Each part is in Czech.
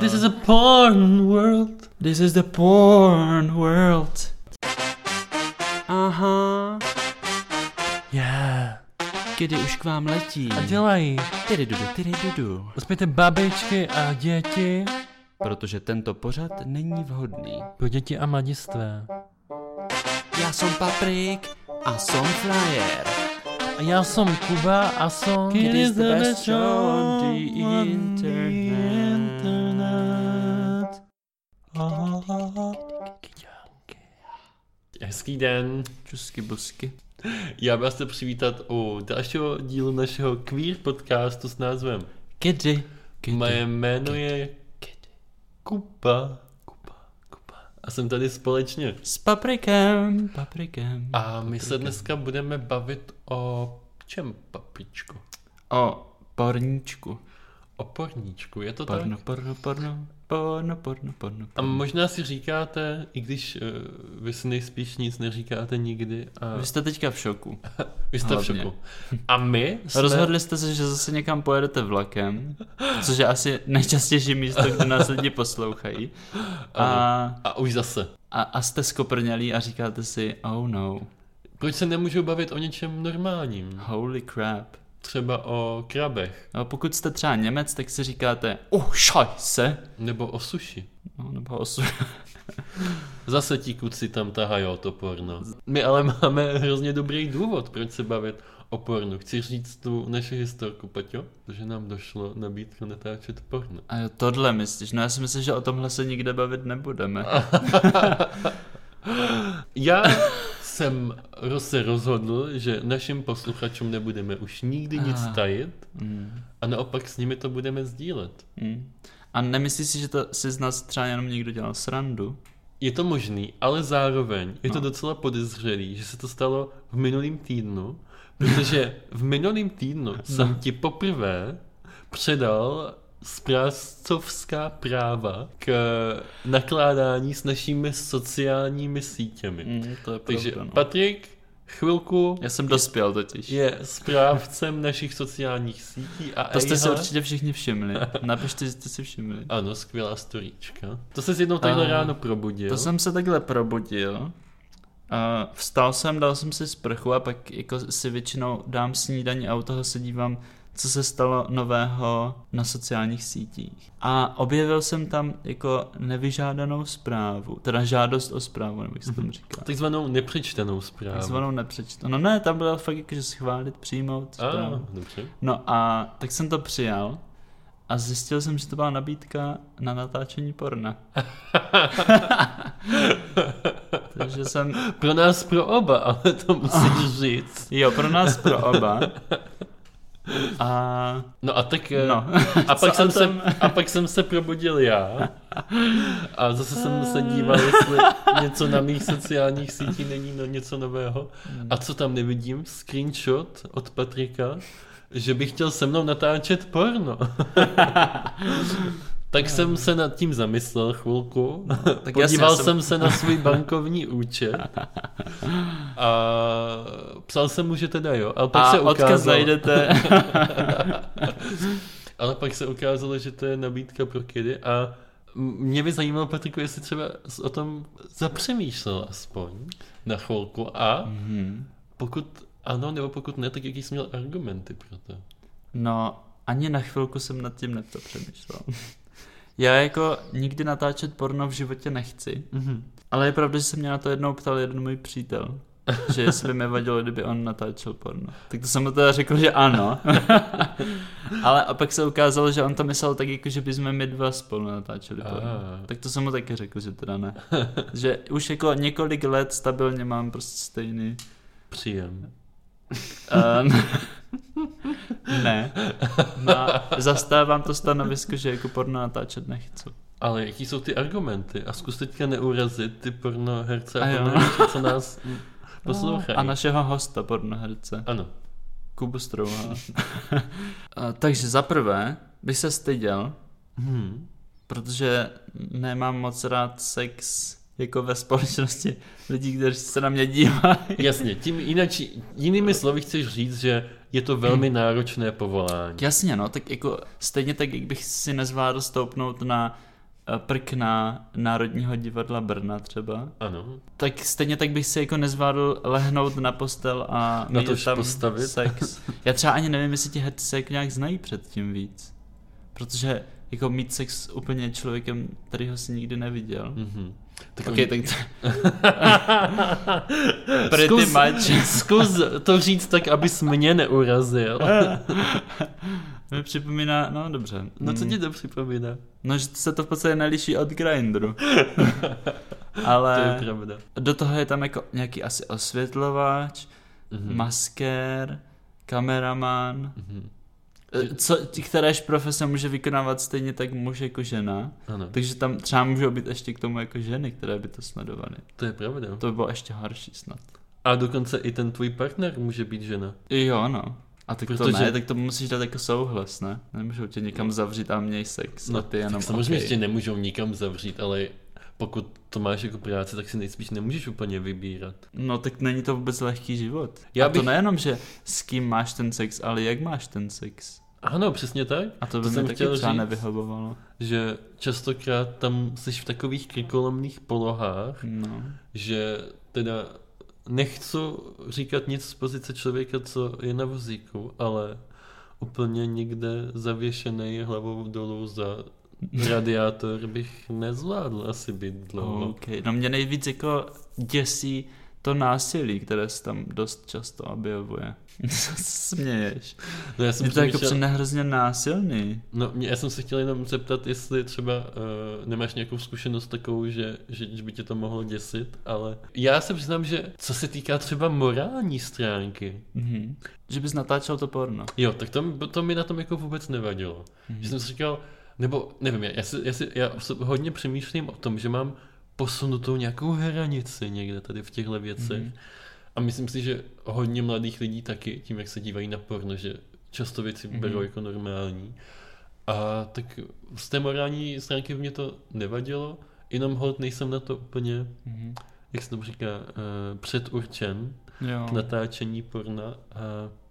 This is a porn world. This is the porn world. Aha, Yeah. kdy už k vám letí. A dělají. Tyry dudu, tyry dudu. Uspějte babičky a děti. Protože tento pořad není vhodný. Pro děti a mladistvé. Já jsem Paprik a jsem Flyer. A já jsem Kuba a jsem... It is the best show on the internet. Hezký den, Čusky busky. já vás chci přivítat u dalšího dílu našeho queer podcastu s názvem Kedy. Kedy. Moje jméno je Kupa. Kupa, Kupa. A jsem tady společně. S paprikem. Paprikem. A my se dneska budeme bavit o čem, papičko? O porníčku. O porníčku, je to Porno, tak? porno, porno. Porno, porno, porno. A porno. možná si říkáte, i když uh, vy si nejspíš nic neříkáte nikdy, a Vy jste teďka v šoku. vy jste v hlavně. šoku. A my jsme... Rozhodli jste se, že zase někam pojedete vlakem, což je asi nejčastější místo, kde nás lidi poslouchají. A, A už zase. a, a jste skoprnělí a říkáte si, oh no, Proč se nemůžu bavit o něčem normálním? holy crap. Třeba o krabech, No, pokud jste třeba Němec, tak si říkáte, oh se. nebo o suši. No, nebo osu... Zase ti kluci tam tahají o to porno. My ale máme hrozně dobrý důvod, proč se bavit o pornu. Chci říct tu naši historku, Paťo, že nám došlo nabídka natáčet porno. A jo, tohle myslíš? No já si myslím, že o tomhle se nikde bavit nebudeme. Ah. Já jsem ro- se rozhodl, že našim posluchačům nebudeme už nikdy nic tajit Mm. a naopak s nimi to budeme sdílet. Mm. A nemyslíš si, že to si z nás třeba jenom někdo dělal srandu? Je to možný, ale zároveň je to No. docela podezřelý, že se to stalo v minulém týdnu, protože v minulém týdnu No. jsem ti poprvé předal zprávcovská práva k nakládání s našimi sociálními sítěmi. Mm, to je Takže pravda, no. Patrik, chvilku Já jsem dospěl totiž. je správcem našich sociálních sítí a To jste si Ejha- určitě všichni všimli. Napište, že jste si všimli. Ano, skvělá storíčka. To se jednou takhle A- ráno probudil. To jsem se takhle probudil. A vstal jsem, dal jsem si sprchu a pak jako si většinou dám snídaní a u toho se dívám, co se stalo nového na sociálních sítích. A objevil jsem tam jako nevyžádanou zprávu, teda žádost o zprávu, nebo jak se tomu říká. Takzvanou nepřečtenou zprávu. Takzvanou nepřečtu. No ne, tam bylo fakt jako, že schválit, přijmout A, zprávu. dobře. No a tak jsem to přijal a zjistil jsem, že to byla nabídka na natáčení porna. Takže jsem, Pro nás, pro oba, ale to musíš říct. jo, pro nás, pro oba. A No a tak... eh, No. A pak, Co jsem o se, tom? a pak jsem se probudil já a zase jsem se Ah. díval, jestli něco na mých sociálních sítích není no něco nového. Hmm. A co tam nevidím? Screenshot od Patrika, že bych chtěl se mnou natáčet porno. Tak jsem se nad tím zamyslel chvilku. Hmm. No, tak Podíval jasně, jsem... já se na svůj bankovní účet a psal jsem mu, že teda jo. Ale pak a se odkaz ukázalo, najdete. ale pak se ukázalo, že to je nabídka pro kedy a m- mě by zajímalo, Patriku, jestli třeba s- o tom zapřemýšlel aspoň na chvilku a Mhm. pokud ano, nebo pokud ne, tak jaký jsi měl argumenty pro to? No, ani na chvilku jsem nad tím nepřemýšlel. Já jako nikdy natáčet porno v životě nechci. Mm-hmm. Ale je pravda, že se mě na to jednou ptal jeden můj přítel, že jestli by mi vadilo, kdyby on natáčel porno. Tak to jsem mu teda řekl, že ano. Ale a pak se ukázalo, že on to myslel tak, jako že bychom my dva spolu natáčeli porno. Tak to jsem mu taky řekl, že teda ne. Že už jako několik let stabilně mám prostě stejný... Příjem. Um, ne. Na, zastávám to stanovisko, že jako porno natáčet nechci. Ale jaký jsou ty argumenty? A zkus teďka neurazit ty pornoherce a, A a jo. pornoherce, co nás mm, poslouchají. A našeho hosta pornoherce. Ano. Kubu Strouhala. A, Takže za prvé bych se styděl, Hmm. protože nemám moc rád sex jako ve společnosti lidí, kteří se na mě dívají. Jasně, tím jinak, jinými slovy chceš říct, že je to Hmm. velmi náročné povolání. Jasně, no, tak jako stejně tak, jak bych si nezvládl stoupnout na eh, prkna Národního divadla Brna třeba, Ano. tak stejně tak bych si jako nezvládl lehnout na postel a Na mít tož postavit. sex. Já třeba ani nevím, jestli ti herci jako nějak znají předtím víc. Protože jako mít sex s úplně člověkem, který ho si nikdy neviděl. Mhm. Tak Ok, oni- tak pretty zkus, much. zkus to říct tak, abys mě neurazil. Eh. to mi připomíná, no dobře. No co Mm. ti to připomíná? No, že se to v podstatě neliší od grindru. Ale To je pravda. do toho je tam jako nějaký asi osvětlovač, Mhm. mm-hmm. maskér, kameraman, Mhm. eh, co, kteréž profese může vykonávat stejně tak muž jako žena. Ano, Takže tam třeba můžou být ještě k tomu jako ženy, které by to sledovaly. to je pravda. To by bylo ještě horší snad. A dokonce i ten tvůj partner může být žena. Jo, no. A tak Protože... to Protože- ne, tak to musíš dát jako souhlas, ne? Nemůžou tě někam zavřít a měj sex. a ty jenom, No, tak samozřejmě "Okej." tě nemůžou nikam zavřít, ale pokud to máš jako práci, tak si nejspíš nemůžeš úplně vybírat. No tak není to vůbec lehký život. Já Já a bych... bych- to nejenom, že s kým máš ten sex, ale jak máš ten sex. Ano, přesně tak, A to To by to jsem mě taky chtěl třeba říct. nevyhovovalo. že častokrát tam jsi v takových krkolomných polohách, No. že teda nechci říkat nic z pozice člověka, co je na vozíku, ale úplně někde zavěšený hlavou dolů za radiátor bych nezvládl asi být dlouho. OK. No mě nejvíc jako děsí to násilí, které se tam dost často objevuje. Co se Směješ. No, já jsem Je to jako přemýšlel- přijde hrozně násilný. No, mě, já jsem se chtěl jenom zeptat, jestli třeba uh, nemáš nějakou zkušenost takovou, že, že, že by tě to mohlo děsit, ale já se přiznám, že co se týká třeba morální stránky, Mhm. Že bys natáčel to porno. jo, tak to, to mi na tom jako vůbec nevadilo. Mm-hmm. Že jsem si říkal, nebo nevím, já, já, si, já, si, já se hodně přemýšlím o tom, že mám posunutou nějakou hranici někde tady v těchto věcech. Mm-hmm. A myslím si, že hodně mladých lidí taky, tím jak se dívají na porno, že často věci mm-hmm. berou jako normální. A tak z té morální stránky mě to nevadilo, jenom hod nejsem na to úplně, Mhm. jak se tomu říká, eh, předurčen Jo, k natáčení porna, a,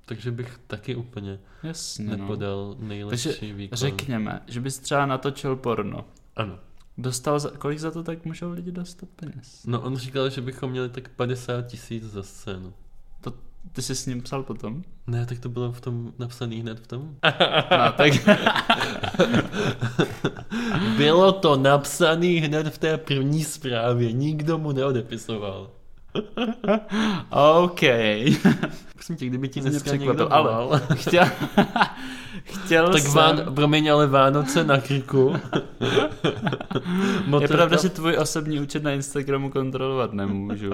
takže bych taky úplně jasně. No. nepodal nejlepší Takže výkon. Řekněme, že bys třeba natočil porno. Ano. Dostal za, kolik za to tak můžou lidi dostat peněz? No on říkal, že bychom měli tak 50 tisíc za scénu. Ty jsi s ním psal potom? Ne, tak to bylo v tom napsaný hned v tom. No, tak Bylo to napsaný hned v té první zprávě, nikdo mu neodepisoval. OK. Prosím tě, kdyby ti To mě dneska překvapilo, někdo ale- volal, Chtěl, chtěl tak jsem... ván, promiň, ale Vánoce na krku. No Je pravda, že tvůj osobní účet na Instagramu kontrolovat nemůžu.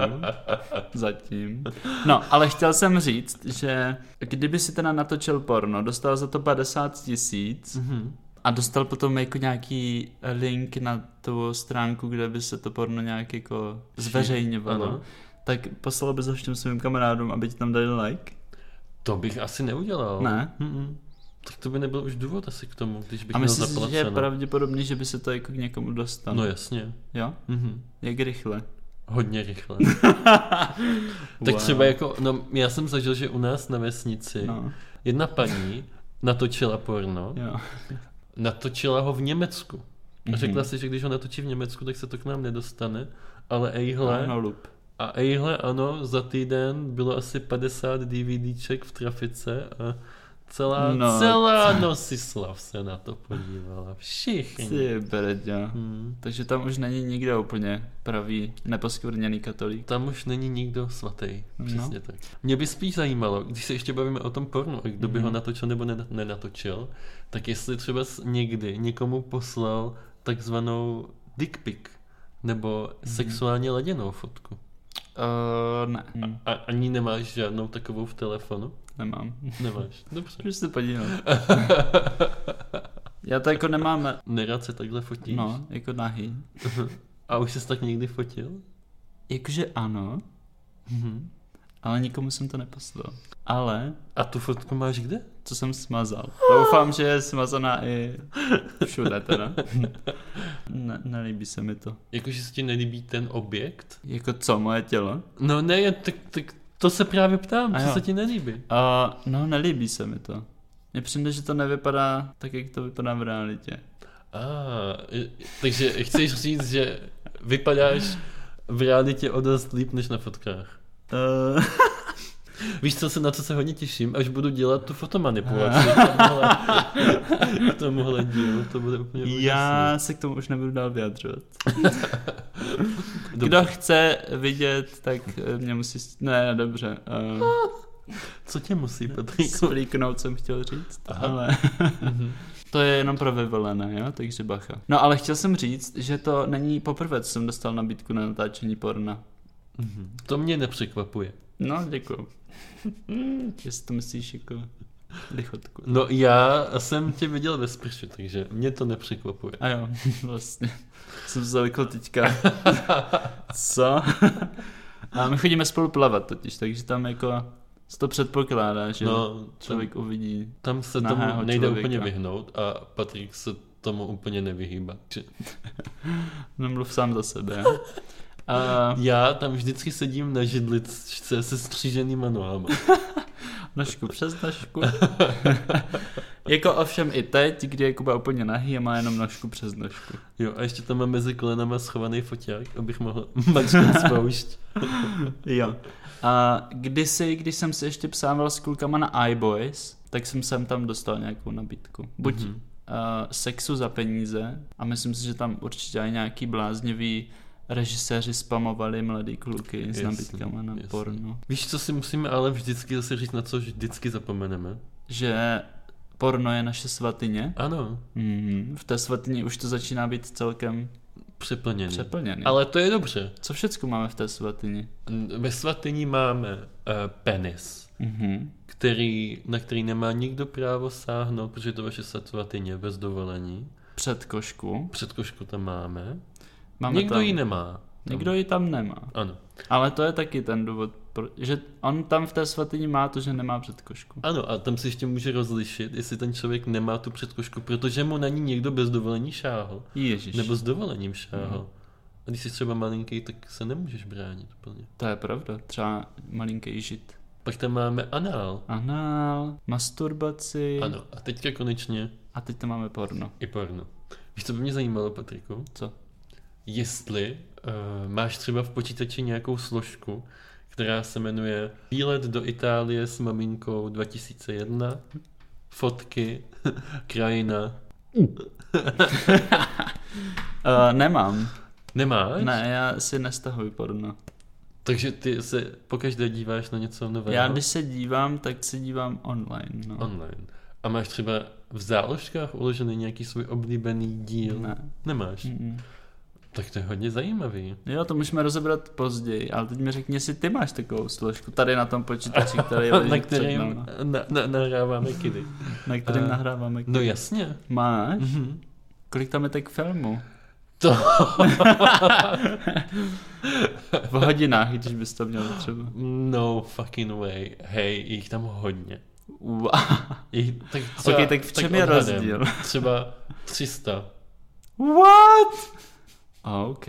Zatím. No, ale chtěl jsem říct, že kdyby si teda natočil porno, dostal za to 50 tisíc Mhm. a dostal potom jako nějaký link na tu stránku, kde by se to porno nějak jako Ano. zveřejňovalo, tak poslal bys ho všem svým kamarádům, aby ti tam dali like? To bych asi neudělal. Ne? No. Mm-mm. Tak to by nebyl už důvod asi k tomu, když bych A měl myslím si, že je zaplaceno. pravděpodobný, že by se to jako k někomu dostalo. No jasně. Jo? Mhm. Jak rychle? Hodně rychle. tak Wow. třeba jako, no já jsem zažil, že u nás na vesnici No, jedna paní natočila porno, jo. natočila ho v Německu. A Mhm. řekla si, že když ho natočí v Německu, tak se to k nám nedostane. Ale ejhle, Ano, No, lup. a ejhle ano, za týden bylo asi 50 DVDček v trafice a celá, no. No. celá Nosislav se na to podívala. Všichni. Ty brďa. Hmm. Takže tam už není nikdo úplně pravý, neposkvrněný katolík. Tam už není nikdo svatý. No. Přesně tak. Mě by spíš zajímalo, když se ještě bavíme o tom pornu, a kdo by ho Mhm. natočil nebo nena- nenatočil, tak jestli třeba s- někdy někomu poslal takzvanou dick pic, nebo Mhm. sexuálně laděnou fotku. Uh, ne, hm, A ani nemáš žádnou takovou v telefonu? nemám. Nemáš, dobře. Můžu se podívat. Já to jako nemám, Nerad se takhle fotíš? no, jako nahý. A už jsi tak někdy fotil? Jakože ano, Mhm. ale nikomu jsem to neposlal. Ale, A tu fotku máš kde? co jsem smazal. Doufám, že je smazaná i všude teda. Ne, nelíbí se mi to. Jakože se ti nelíbí ten objekt? Jako co, moje tělo? No ne, tak, tak to se právě ptám, A co jo. se ti nelíbí? Uh, no, nelíbí se mi to. Mně přijde, že to nevypadá tak, jak to vypadá v realitě. Ah, i- takže chceš říct, že vypadáš v realitě o dost líp než na fotkách. Uh, Víš, co se, na co se hodně těším, až budu dělat tu fotomanipulaci k tomuhle, k tomuhle dílu, to bude úplně Eh, já se k tomu už nebudu dál vyjadřovat. Kdo chce vidět, tak eh, mě musí... s- Ne, dobře. Uh, Co tě musí, Patriku? Splíknout jsem chtěl říct, Aha. Aha. ale to je jenom pro vyvolené, jo? takže bacha. No ale chtěl jsem říct, že to není poprvé, co jsem dostal nabídku na natáčení porna. Mhm. To mě nepřekvapuje. No, děkuju. Jestli to myslíš jako lichotku. No já jsem tě viděl ve sprši, takže mě to nepřekvapuje. A jo, vlastně. Jsem se zalikl teďka. Co? A my chodíme spolu plavat totiž, takže tam jako se to předpokládá, že no, No, člověk, člověk uvidí. tam se nahého tomu nejde člověka. úplně vyhnout a Patrik se tomu úplně nevyhýbá. Takže Nemluv sám za sebe. jo? A Já tam vždycky sedím na židličce se stříženýma nohama. Nožku přes nožku. jako ovšem i teď, kdy je Kuba úplně nahý a má jenom nožku přes nožku. Jo, a ještě tam mám mezi kolenama schovaný foťák, abych mohl mačkat spoušť. Jo. A kdysi, když jsem si ještě psával s klukama na iBoys, tak jsem sem tam dostal nějakou nabídku. Buď mm-hmm. uh, sexu za peníze, a myslím si, že tam určitě i nějaký bláznivý režiséři spamovali mladý kluky s Jasně, nabídkama na jasně. porno. Víš, co si musíme ale vždycky zase říct, na co vždycky zapomeneme? Že porno je naše svatyně. Ano, Mm, v té svatyni už to začíná být celkem přeplněný. přeplněný. Ale to je dobře. Co všecko máme v té svatyni? N- Ve svatyni máme uh, penis, Mhm. který, na který nemá nikdo právo sáhnout, protože je to vaše svatyně bez dovolení. Předkošku. Předkošku tam máme. Máme Nikdo tam, ji nemá. Nikdo ji tam nemá. Ano. Ale to je taky ten důvod, pro- že on tam v té svatyni má to, že nemá předkošku. Ano, a tam se ještě může rozlišit, jestli ten člověk nemá tu předkošku, protože mu na ní někdo bez dovolení šáhl. Ježíš, Nebo s dovolením šáhl. A když jsi třeba malinký, tak se nemůžeš bránit úplně. to je pravda. Třeba malinký žid. Pak tam máme anál. Anál, masturbaci Ano, a teďka konečně a teď tam máme porno. i porno. Víš, co by mě zajímalo, Patriku? Co? Jestli uh, máš třeba v počítači nějakou složku, která se jmenuje Výlet do Itálie s maminkou 2001, fotky, krajina. Uh, nemám. Nemáš? Ne, já si nestahuji porno. Takže ty se pokaždé díváš na něco nového Já když se dívám, tak se dívám online. No. online. A máš třeba v záložkách uložený nějaký svůj oblíbený díl? Ne. Nemáš? Mm-mm. Tak to je hodně zajímavý. Jo, to můžeme rozebrat později, ale teď mi řekni, jestli ty máš takovou složku tady na tom počítači, který leží na před náma, kterým na, na, nahráváme kidy. na kterým Eh, nahráváme. No jasně. Máš? Mhm. Kolik tam je tak filmů? To- v hodinách, když bys to měl třeba. No fucking way. Hej, jich tam hodně. Wow. Jich, tak třeba, Ok, tak v čem je odhadem rozdíl? Třeba 300. What? OK.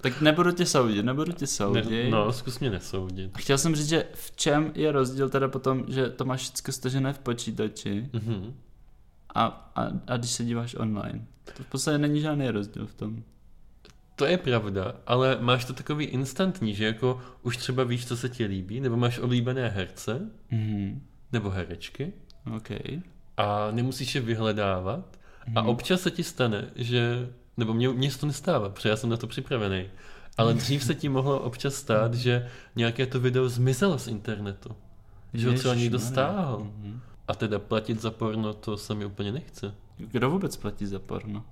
Tak nebudu tě soudit, nebudu tě soudit. Ne, no, zkus mě nesoudit. Chtěl jsem říct, že v čem je rozdíl teda potom, že to máš všechno stažené v počítači Mhm. a, a, a když se díváš online. To v podstatě není žádný rozdíl v tom. To je pravda, ale máš to takový instantní, že jako už třeba víš, co se ti líbí, nebo máš oblíbené herce, Mhm. nebo herečky OK. a nemusíš je vyhledávat a občas se ti stane, že, nebo mě, mě se to nestává, protože já jsem na to připravený, ale dřív se ti mohlo občas stát, že nějaké to video zmizelo z internetu, že ho třeba někdo Ježišmarja. stáhl Mhm. a teda platit za porno to se mi úplně nechce. Kdo vůbec platí za porno?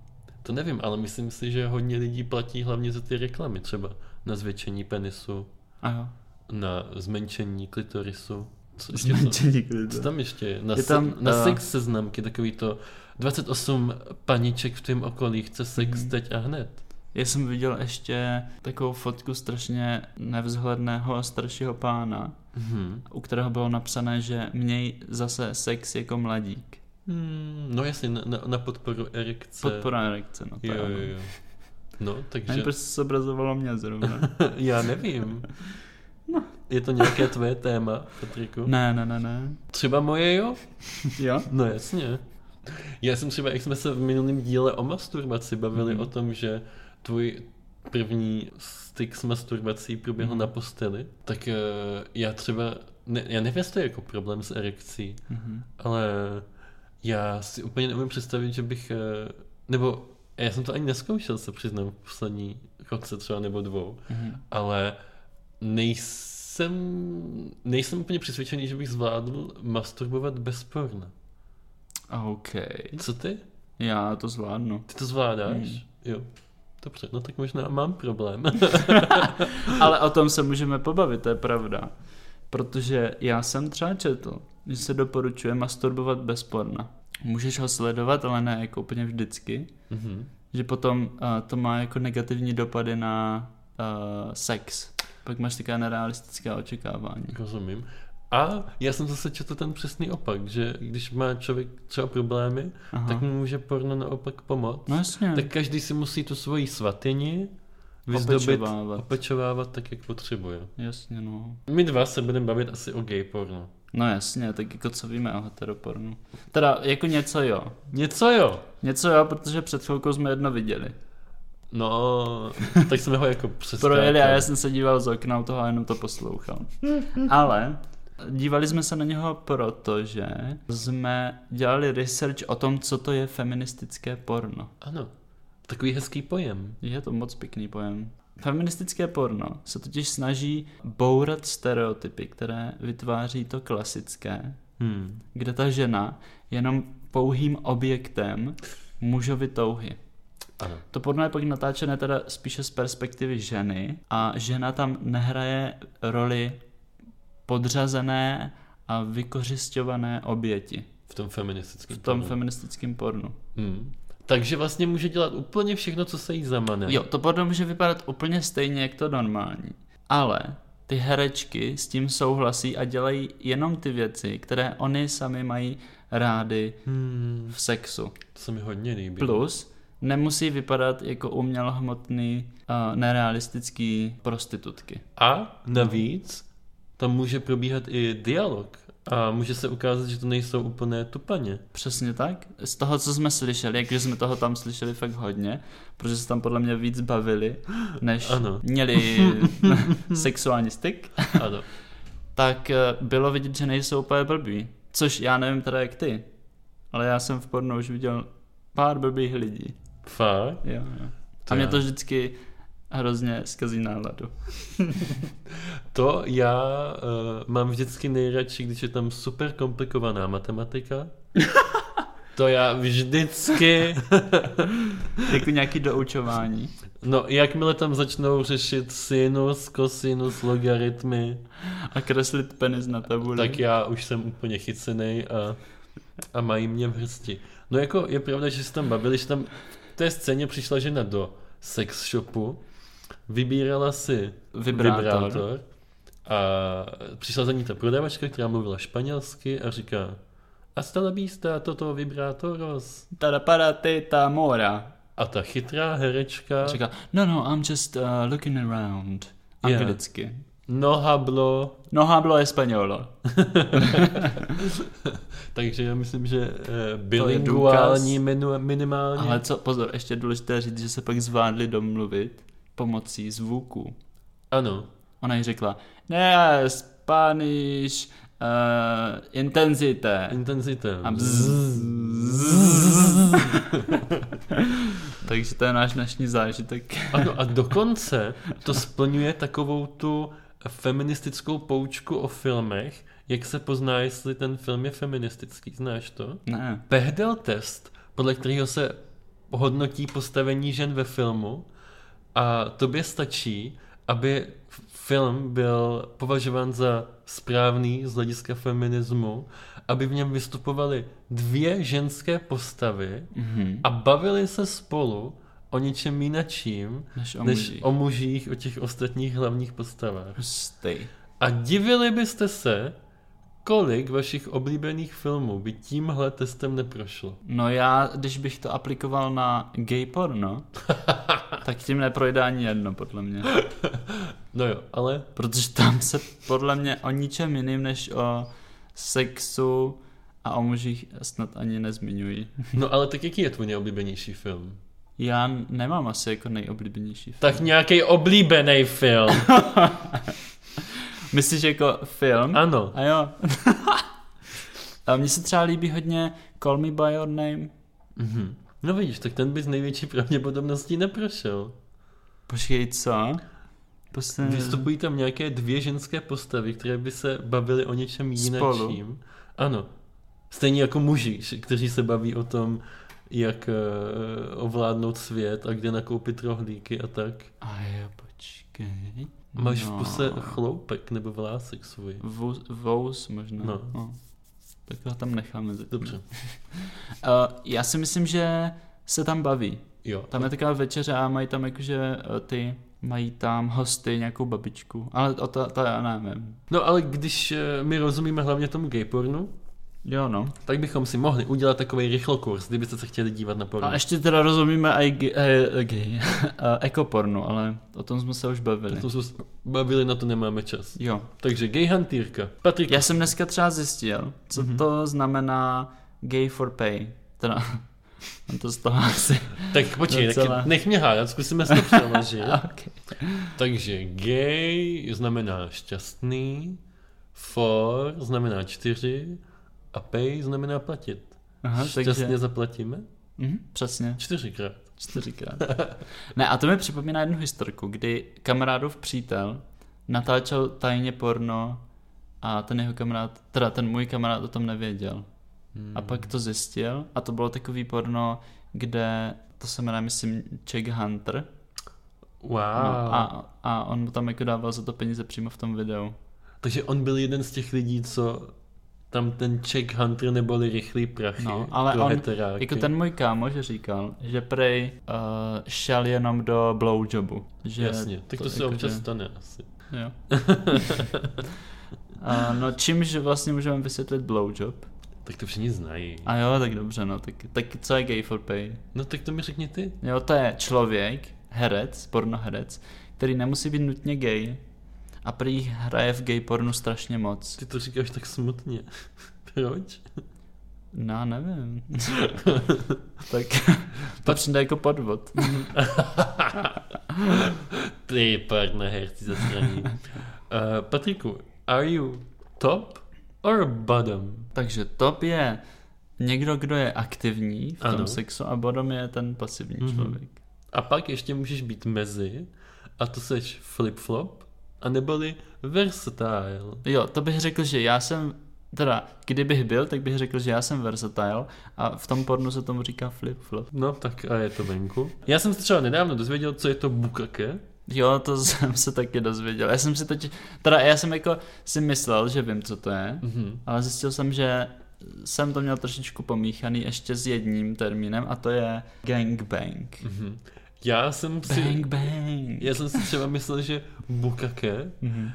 To nevím, ale myslím si, že hodně lidí platí hlavně za ty reklamy, třeba na zvětšení penisu, A jo. na zmenšení klitorisu. Co ještě to? Zmenšení Co klidu. tam ještě je? Na, Je je tam, tam, na eh, sex seznamky, takový to 28 paniček v tvém okolí chce sex Mhm. teď a hned. Já jsem viděl ještě takovou fotku strašně nevzhledného staršího pána, Mhm. u kterého bylo napsané, že měj zase sex jako mladík. Hmm, no jasně, na, na, na podporu erekce. Podpora erekce, no to Jo, ano. jo, jo. No, takže Nevím, proč se zobrazovalo mě zrovna. já nevím. No. Je to nějaké tvoje téma, Patriku? ne, ne, ne, ne. Třeba moje, jo? Jo? No jasně. Já jsem třeba, jak jsme se v minulém díle o masturbaci bavili Mhm. o tom, že tvůj první styk s masturbací proběhl Mhm. na posteli, tak eh, já třeba, ne, já nevím, jestli to je jako problém s erekcí, Mhm. ale já si úplně neumím představit, že bych, eh, nebo já jsem to ani neskoušel, se přiznám, v poslední roce třeba nebo dvou, Mhm. ale nejsem, nejsem úplně přesvědčený, že bych zvládl masturbovat bez porna. OK. Jako Co ty? Já to zvládnu. Ty to zvládáš? Hmm. Jo. Dobře, no tak možná mám problém. Ale o tom se můžeme pobavit, to je pravda. Protože já jsem třeba četl, že se doporučuje masturbovat bez porna. Můžeš ho sledovat, ale ne jako úplně vždycky. Mhm. Že potom uh, to má jako negativní dopady na uh, sex. Pak máš taková nerealistická očekávání. Rozumím. A já jsem zase četl ten přesný opak, že když má člověk třeba problémy, Aha. tak mu může porno naopak pomoct. No jasně. Tak každý si musí tu svoji svatyni vyzdobit, Opečovávat. opečovávat tak, jak potřebuje. Jasně, no. My dva se budeme bavit asi o gay porno. No jasně, tak jako co víme o heteropornu. Teda jako něco jo. Něco jo! Něco jo, protože před chvilkou jsme jedno viděli. No, tak jsme ho jako přestali. Projeli a já jsem se díval z okna u toho a jenom to poslouchal. Ale dívali jsme se na něho proto, že jsme dělali research o tom, co to je feministické porno. Ano, takový hezký pojem. Je to moc pěkný pojem. Feministické porno se totiž snaží bourat stereotypy, které vytváří to klasické, Hmm. kde ta žena je jenom pouhým objektem mužovy touhy. Ano. To porno je pak natáčené teda spíše z perspektivy ženy a žena tam nehraje roli podřazené a vykořišťované oběti V tom feministickém v tom pornu. feministickém pornu. Hmm. Takže vlastně může dělat úplně všechno, co se jí zamane. Jo, to porno může vypadat úplně stejně, jak to normální. Ale ty herečky s tím souhlasí a dělají jenom ty věci, které oni sami mají rády Hmm. v sexu. To se mi hodně líbí. Plus nemusí vypadat jako umělohmotný, uh, nerealistický prostitutky. A navíc tam může probíhat i dialog. A může se ukázat, že to nejsou úplné tupaně. Přesně tak. Z toho, co jsme slyšeli, jakže jsme toho tam slyšeli fakt hodně, protože se tam podle mě víc bavili, než Ano. měli sexuální styk, Ano. tak eh, bylo vidět, že nejsou úplně blbí. Což já nevím teda jak ty, ale já jsem v pornu už viděl pár blbých lidí. Fakt. Jo, jo. To A mě já. to vždycky hrozně zkazí náladu. To já uh, mám vždycky nejradši, když je tam super komplikovaná matematika. To já vždycky... Jako nějaký doučování. No, jakmile tam začnou řešit sinus, kosinus, logaritmy, A kreslit penis na tabuli. tak já už jsem úplně chycený a, a mají mě v hrsti. No jako je pravda, že se tam bavili, že tam v té scéně přišla žena do sex shopu, vybírala si Vibrátor. vibrátor a přišla za ní ta prodavačka, která mluvila španělsky a říká Hasta la vista, toto vibrátoros. Tada para teta mora. A ta chytrá herečka, A Říká, no, no, I'm just uh, looking around. Yeah. Anglicky. no hablo, No hablo españolo. takže já myslím, že eh, důkaz. bilinguální minu- minimálně. Ale co, pozor, ještě je důležité říct, že se pak zvládli domluvit pomocí zvuků. Ano, Ona jí řekla, ne, Spanish, uh, intenzite. intenzita. A bzz, bzz. Takže to je náš dnešní zážitek. Ano, a dokonce to splňuje takovou tu feministickou poučku o filmech, jak se pozná, jestli ten film je feministický. Znáš to? Ne. Pehdel test, podle kterého se hodnotí postavení žen ve filmu a tobě stačí, aby film byl považován za správný z hlediska feminismu, aby v něm vystupovaly dvě ženské postavy Mhm. a bavili se spolu o něčem jinačím, Než o než mužích. o mužích, o těch ostatních hlavních postavách. Hustý. A divili byste se, kolik vašich oblíbených filmů by tímhle testem neprošlo. No já, když bych to aplikoval na gay porno, tak tím neprojde ani jedno, podle mě. No jo, ale Protože tam se podle mě o ničem jiným, než o sexu A o mužích snad ani nezmiňují. No ale tak jaký je tvůj nejoblíbenější film? Já nemám asi jako nejoblíbenější film. Tak nějaký oblíbený film. Myslíš jako film? Ano. A jo. A mně se třeba líbí hodně Call Me By Your Name. Mhm. No vidíš, tak ten by z největší pravděpodobností neprošel. Počkej, co? Prostě... Vystupují tam nějaké dvě ženské postavy, které by se bavily o něčem Spolu. jiném. Ano. Stejně jako muži, š- kteří se baví o tom, jak eh, ovládnout svět a kde nakoupit rohlíky a tak. A jo, počkej. Máš v No. puse chloupek nebo vlásek svůj. Vous, vous možná. No. no. Tak ho tam necháme zatím. Dobře. Uh, já si myslím, že se tam baví. Jo. Tam je taková večeře a mají tam jakože eh, ty, mají tam hosty, nějakou babičku. Ale o ta, ta já nevím. No ale když eh, my rozumíme hlavně tomu gaypornu, Jo no. tak bychom si mohli udělat takový rychlokurs, kdybyste se chtěli dívat na porno. A ještě teda rozumíme i gay, eh, gay. Eh, ekopornu, ale o tom jsme se už bavili. To jsme se bavili, na to nemáme čas. Jo. Takže gay hantýrka. Patrik, Já jsem dneska třeba zjistil, co Mhm. mm-hmm. to znamená gay for pay. Teda, mám to z toho asi. tak počkej, Docela. tak nech mě hádat, zkusíme si to přeložit. okay. Takže gay znamená šťastný, for znamená čtyři a pay znamená platit. Aha, Šťastně takže, takže... zaplatíme mhm, přesně. čtyřikrát. Čtyřikrát. Ne, a to mi připomíná jednu historku, kdy kamarádův přítel natáčel tajně porno a ten jeho kamarád, teda ten můj kamarád o tom nevěděl. Hmm. A pak to zjistil a to bylo takový porno, kde to se jmenuje, myslím, Czech Hunter. Wow. No, a, a on mu tam jako dával za to peníze přímo v tom videu. Takže on byl jeden z těch lidí, co tam ten check hunter neboli rychlý prachy. No, ale pro on- heteráky. Jako ten můj kámoš říkal, že prej uh, šel jenom do blowjobu. Že Jasně, tak to, to se jako, občas že- stane asi. Jo. a, no čímž vlastně můžeme vysvětlit blowjob. Tak to všichni znají. A jo, tak dobře, no. Tak, tak co je gay for pay? No tak to mi řekni ty. Jo, to je člověk, herec, pornoherec, který nemusí být nutně gay a prý hraje v gay pornu strašně moc. Ty to říkáš tak smutně. Proč? No, já nevím. tak to přijde jako podvod. Ty partnerherci zastraní. Uh, Patriku, are you top or bottom? Takže top je někdo, kdo je aktivní v tom Ano. sexu a bodom je ten pasivní Mhm. člověk. A pak ještě můžeš být mezi a to seš flip-flop a neboli versatile. Jo, to bych řekl, že já jsem, teda kdybych byl, tak bych řekl, že já jsem versatile a v tom pornu se tomu říká flip-flop. No tak a je to venku. Já jsem se třeba nedávno dozvěděl, co je to bukake. Jo, to jsem se taky dozvěděl. Já jsem si totiž, teda já jsem jako si myslel, že vím, co to je, Mm-hmm. ale zjistil jsem, že jsem to měl trošičku pomíchaný ještě s jedním termínem a to je gangbang. Mm-hmm. Já jsem si... Bang, bang. Já jsem si třeba myslel, že bukake Mhm.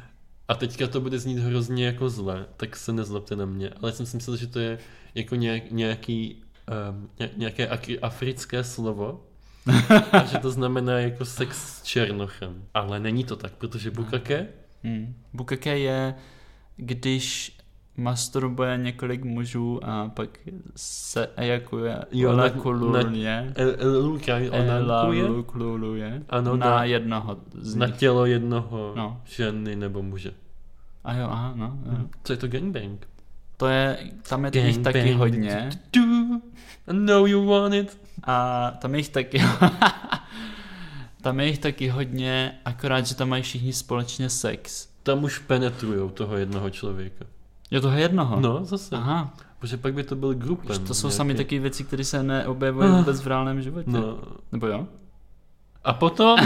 A teďka to bude znít hrozně jako zle, tak se nezlobte na mě, ale jsem si myslel, že to je jako nějak, nějaký, um, nějaké akri- africké slovo, a že to znamená jako sex s černochem. Ale není to tak, protože bukake, Hmm. Bukake je, když masturbuje několik mužů a pak se ejakuje, Jo, na- elakuluje, el- el- lukaj, onankuje elakuluje Ano, na na- jednoho z na nich. tělo jednoho No. ženy nebo muže. A jo, aha, no, jo. Co je to gangbang? To je, tam je jich Gangbang. taky hodně Do, I know you want it. a tam je jich taky tam je jich taky hodně, akorát, že tam mají všichni společně sex. Tam už penetrujou toho jednoho člověka. Jo, toho jednoho? No, zase. Aha, Protože pak by to byl že grupem. to jsou nějaký. Ah. sami takové věci, které se neobjevují vůbec v reálném životě. No, Nebo jo? A potom,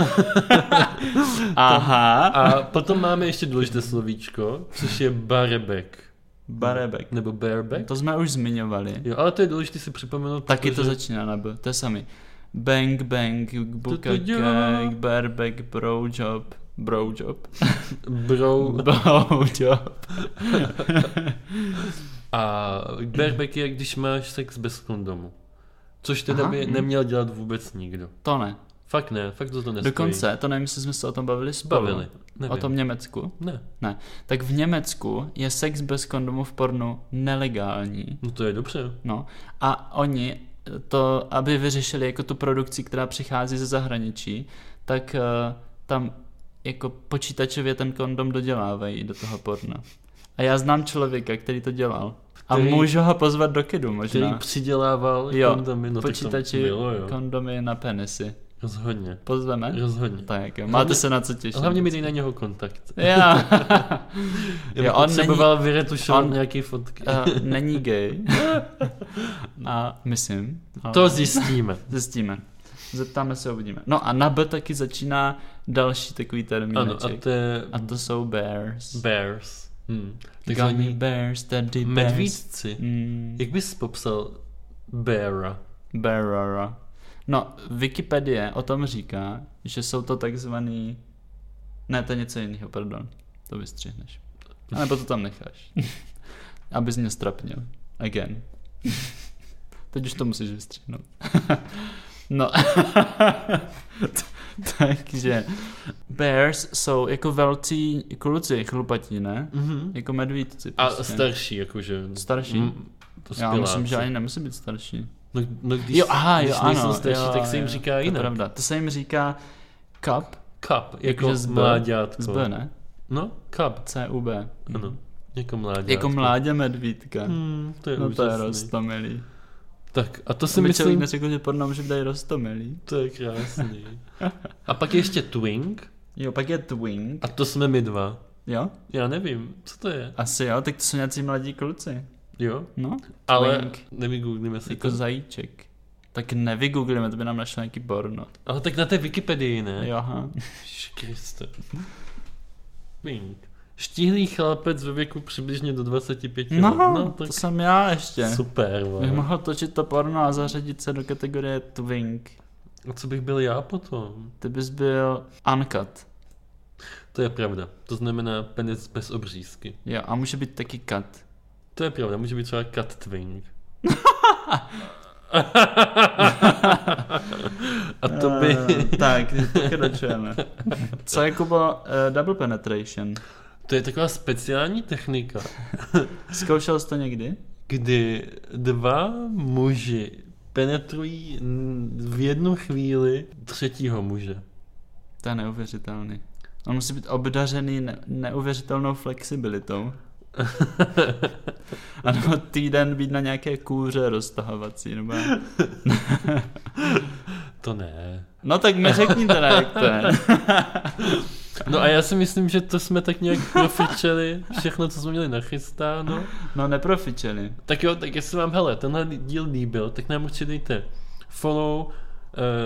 Aha. a potom máme ještě důležité slovíčko, což je barebek. Barebek. Nebo bareback. To jsme už zmiňovali. Jo, ale to je důležité si připomenout. Taky to protože- začíná na B, to je samý. Bang bang, buka To to dělá. cake, bareback, brojob, brojob, Bro. brojob. A bareback je, když máš sex bez kondomu. Což teda Aha, by hm. neměl dělat vůbec nikdo. To ne. Fakt ne, fakt to to nestojí. Dokonce, to nevím, jestli jsme se o tom bavili spolu. Bavili. Nevím. O tom Německu. Ne. Tak v Německu je sex bez kondomu v pornu nelegální. No to je dobře. No. A oni to, aby vyřešili jako tu produkci, která přichází ze zahraničí, tak eh, tam jako počítačově ten kondom dodělávají do toho porna. A já znám člověka, který to dělal. A Který- můžu ho pozvat do kidu Který možná. přidělával Jo, kondomy, no tak to Počítači, bylo, jo. kondomy na penisy. Rozhodně. Pozveme? Rozhodně. Tak, jo. Hlavně- máte se na co těšit. Hlavně mít na něho kontakt. Já. Já Jo, bych on potřeboval vyretušovat on- nějaký fotky. Eh, není gay. A myslím. ale- To zjistíme. Zjistíme. Zeptáme se, uvidíme. No a na B taky začíná další takový Ano, a termíneček. to je a, to jsou bears. bears. Hmm. Gummy Takzvaní bears, teddy bears. medvídci. Mm, Jak bys popsal beara? bearara. No, Wikipedie o tom říká, že jsou to takzvaný... Ne, to je něco jiného, pardon. To vystřihneš. A nebo to tam necháš. Abys mě strapnil. Again. Teď už to musíš vystřihnout. no. Takže bears jsou jako velcí kluci, chlupatí, ne? Mhm. Jako medvídci. A starší, jakože. Starší? Mm, To Já myslím, že spěláci. ani nemusí být starší. No, no, když, jo, aha, když jo, ano. nejsou starší, jo, tak se jim jo, říká To je jinak. pravda. To se jim říká cup, Cup, jako Jakože z B. mláďátko. z B, ne? No, cup, CUB. Mhm. ano. Jako mláďátko. Jako mládě medvídka. Hmm, to je No to je úžasný. rostomilý. Tak a to si Aby člověk myslím, neřekl, že porno může být rostomilý. to je krásný. A pak ještě twink, Jo, pak je twink. a to jsme my dva. Jo? Já nevím, co to je. Asi jo, tak to jsou nějací mladí kluci. Jo, No, ale Twink. nevygooglíme si jako to. zajíček. Tak nevygooglíme, to by nám našlo nějaký porno. Ale tak na té Wikipedii, ne? Jo, aha. Kriste. Twink. Štíhlý chlapec ve věku přibližně do 25 No, let. tak... to jsem já ještě. Super, Bych vole. mohl točit to porno a zařadit se do kategorie twink. A co bych byl já potom? Ty bys byl uncut. To je pravda. To znamená penis bez obřízky. Jo, a může být taky cut. To je pravda, může být třeba cut twink. A to by... Eh, tak, pokračujeme. Co je, Kubo, uh, double penetration? To je taková speciální technika, Zkoušel jsi to někdy? kdy dva muži penetrují mm, v jednu chvíli třetího muže. To je neuvěřitelný. On musí být obdařený ne- neuvěřitelnou flexibilitou. A nebo týden být na nějaké kůře roztahovací. Nebo... To ne. No tak mi řekni teda, jak to je. No a já si myslím, že to jsme tak nějak profičeli všechno, co jsme měli nachystáno. No neprofičeli. Tak jo, tak jestli vám, hele, tenhle díl líbil, tak nám určitě dejte follow, uh,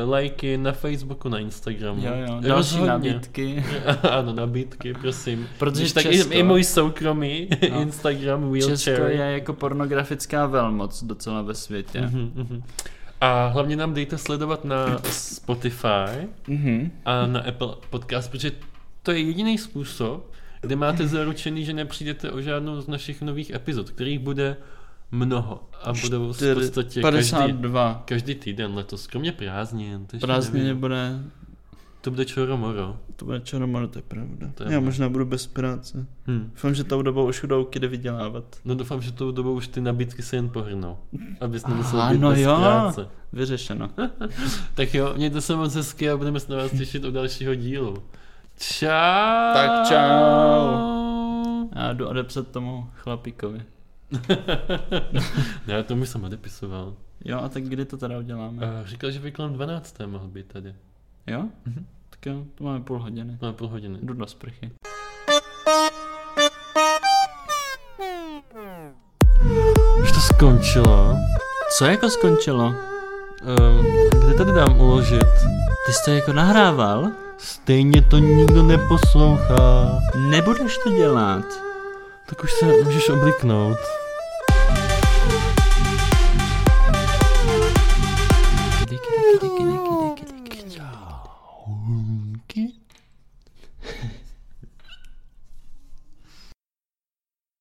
lajky na Facebooku, na Instagramu. Jo, jo, další nabídky. ano, nabídky, prosím. Protože Když tak i, Česko- i můj soukromý No. no. Instagram wheelchair. Česko je jako pornografická velmoc docela ve světě. Mhm, mhm. A hlavně nám dejte sledovat na Mhm. Spotify Mm-hmm. a na Apple Podcast, protože to je jediný způsob, kde máte zaručený, že nepřijdete o žádnou z našich nových epizod, kterých bude mnoho a budou Prostě v podstatě každý, 52. každý týden letos, kromě prázdnin. to ještě Prázdně nevím. bude, To bude čoromoro. to bude černomor, to je pravda. To To je je pravda. Já možná budu bez práce. Hm. Doufám, že tou dobou už budou kdy vydělávat. No doufám, že tou dobou už ty nabídky se jen pohrnou, abys nemusel Aha, být no bez jo. práce. Vyřešeno. Tak jo, mějte se moc hezky a budeme se na vás těšit u dalšího dílu. Čau. Tak čau. Já jdu odepsat tomu chlapíkovi. ne, to už jsem odepisoval. Jo, a tak kdy to teda uděláme? A říkal, že by kolem 12. mohl být tady. Jo? Mhm. Tak jo, to máme půl hodiny. Máme půl hodiny. Jdu do sprchy. Už to skončilo. Co jako skončilo? Um, kde tady dám uložit? Ty jsi to jako nahrával? Stejně to nikdo neposlouchá. Nebudeš to dělat. Tak už se můžeš obliknout.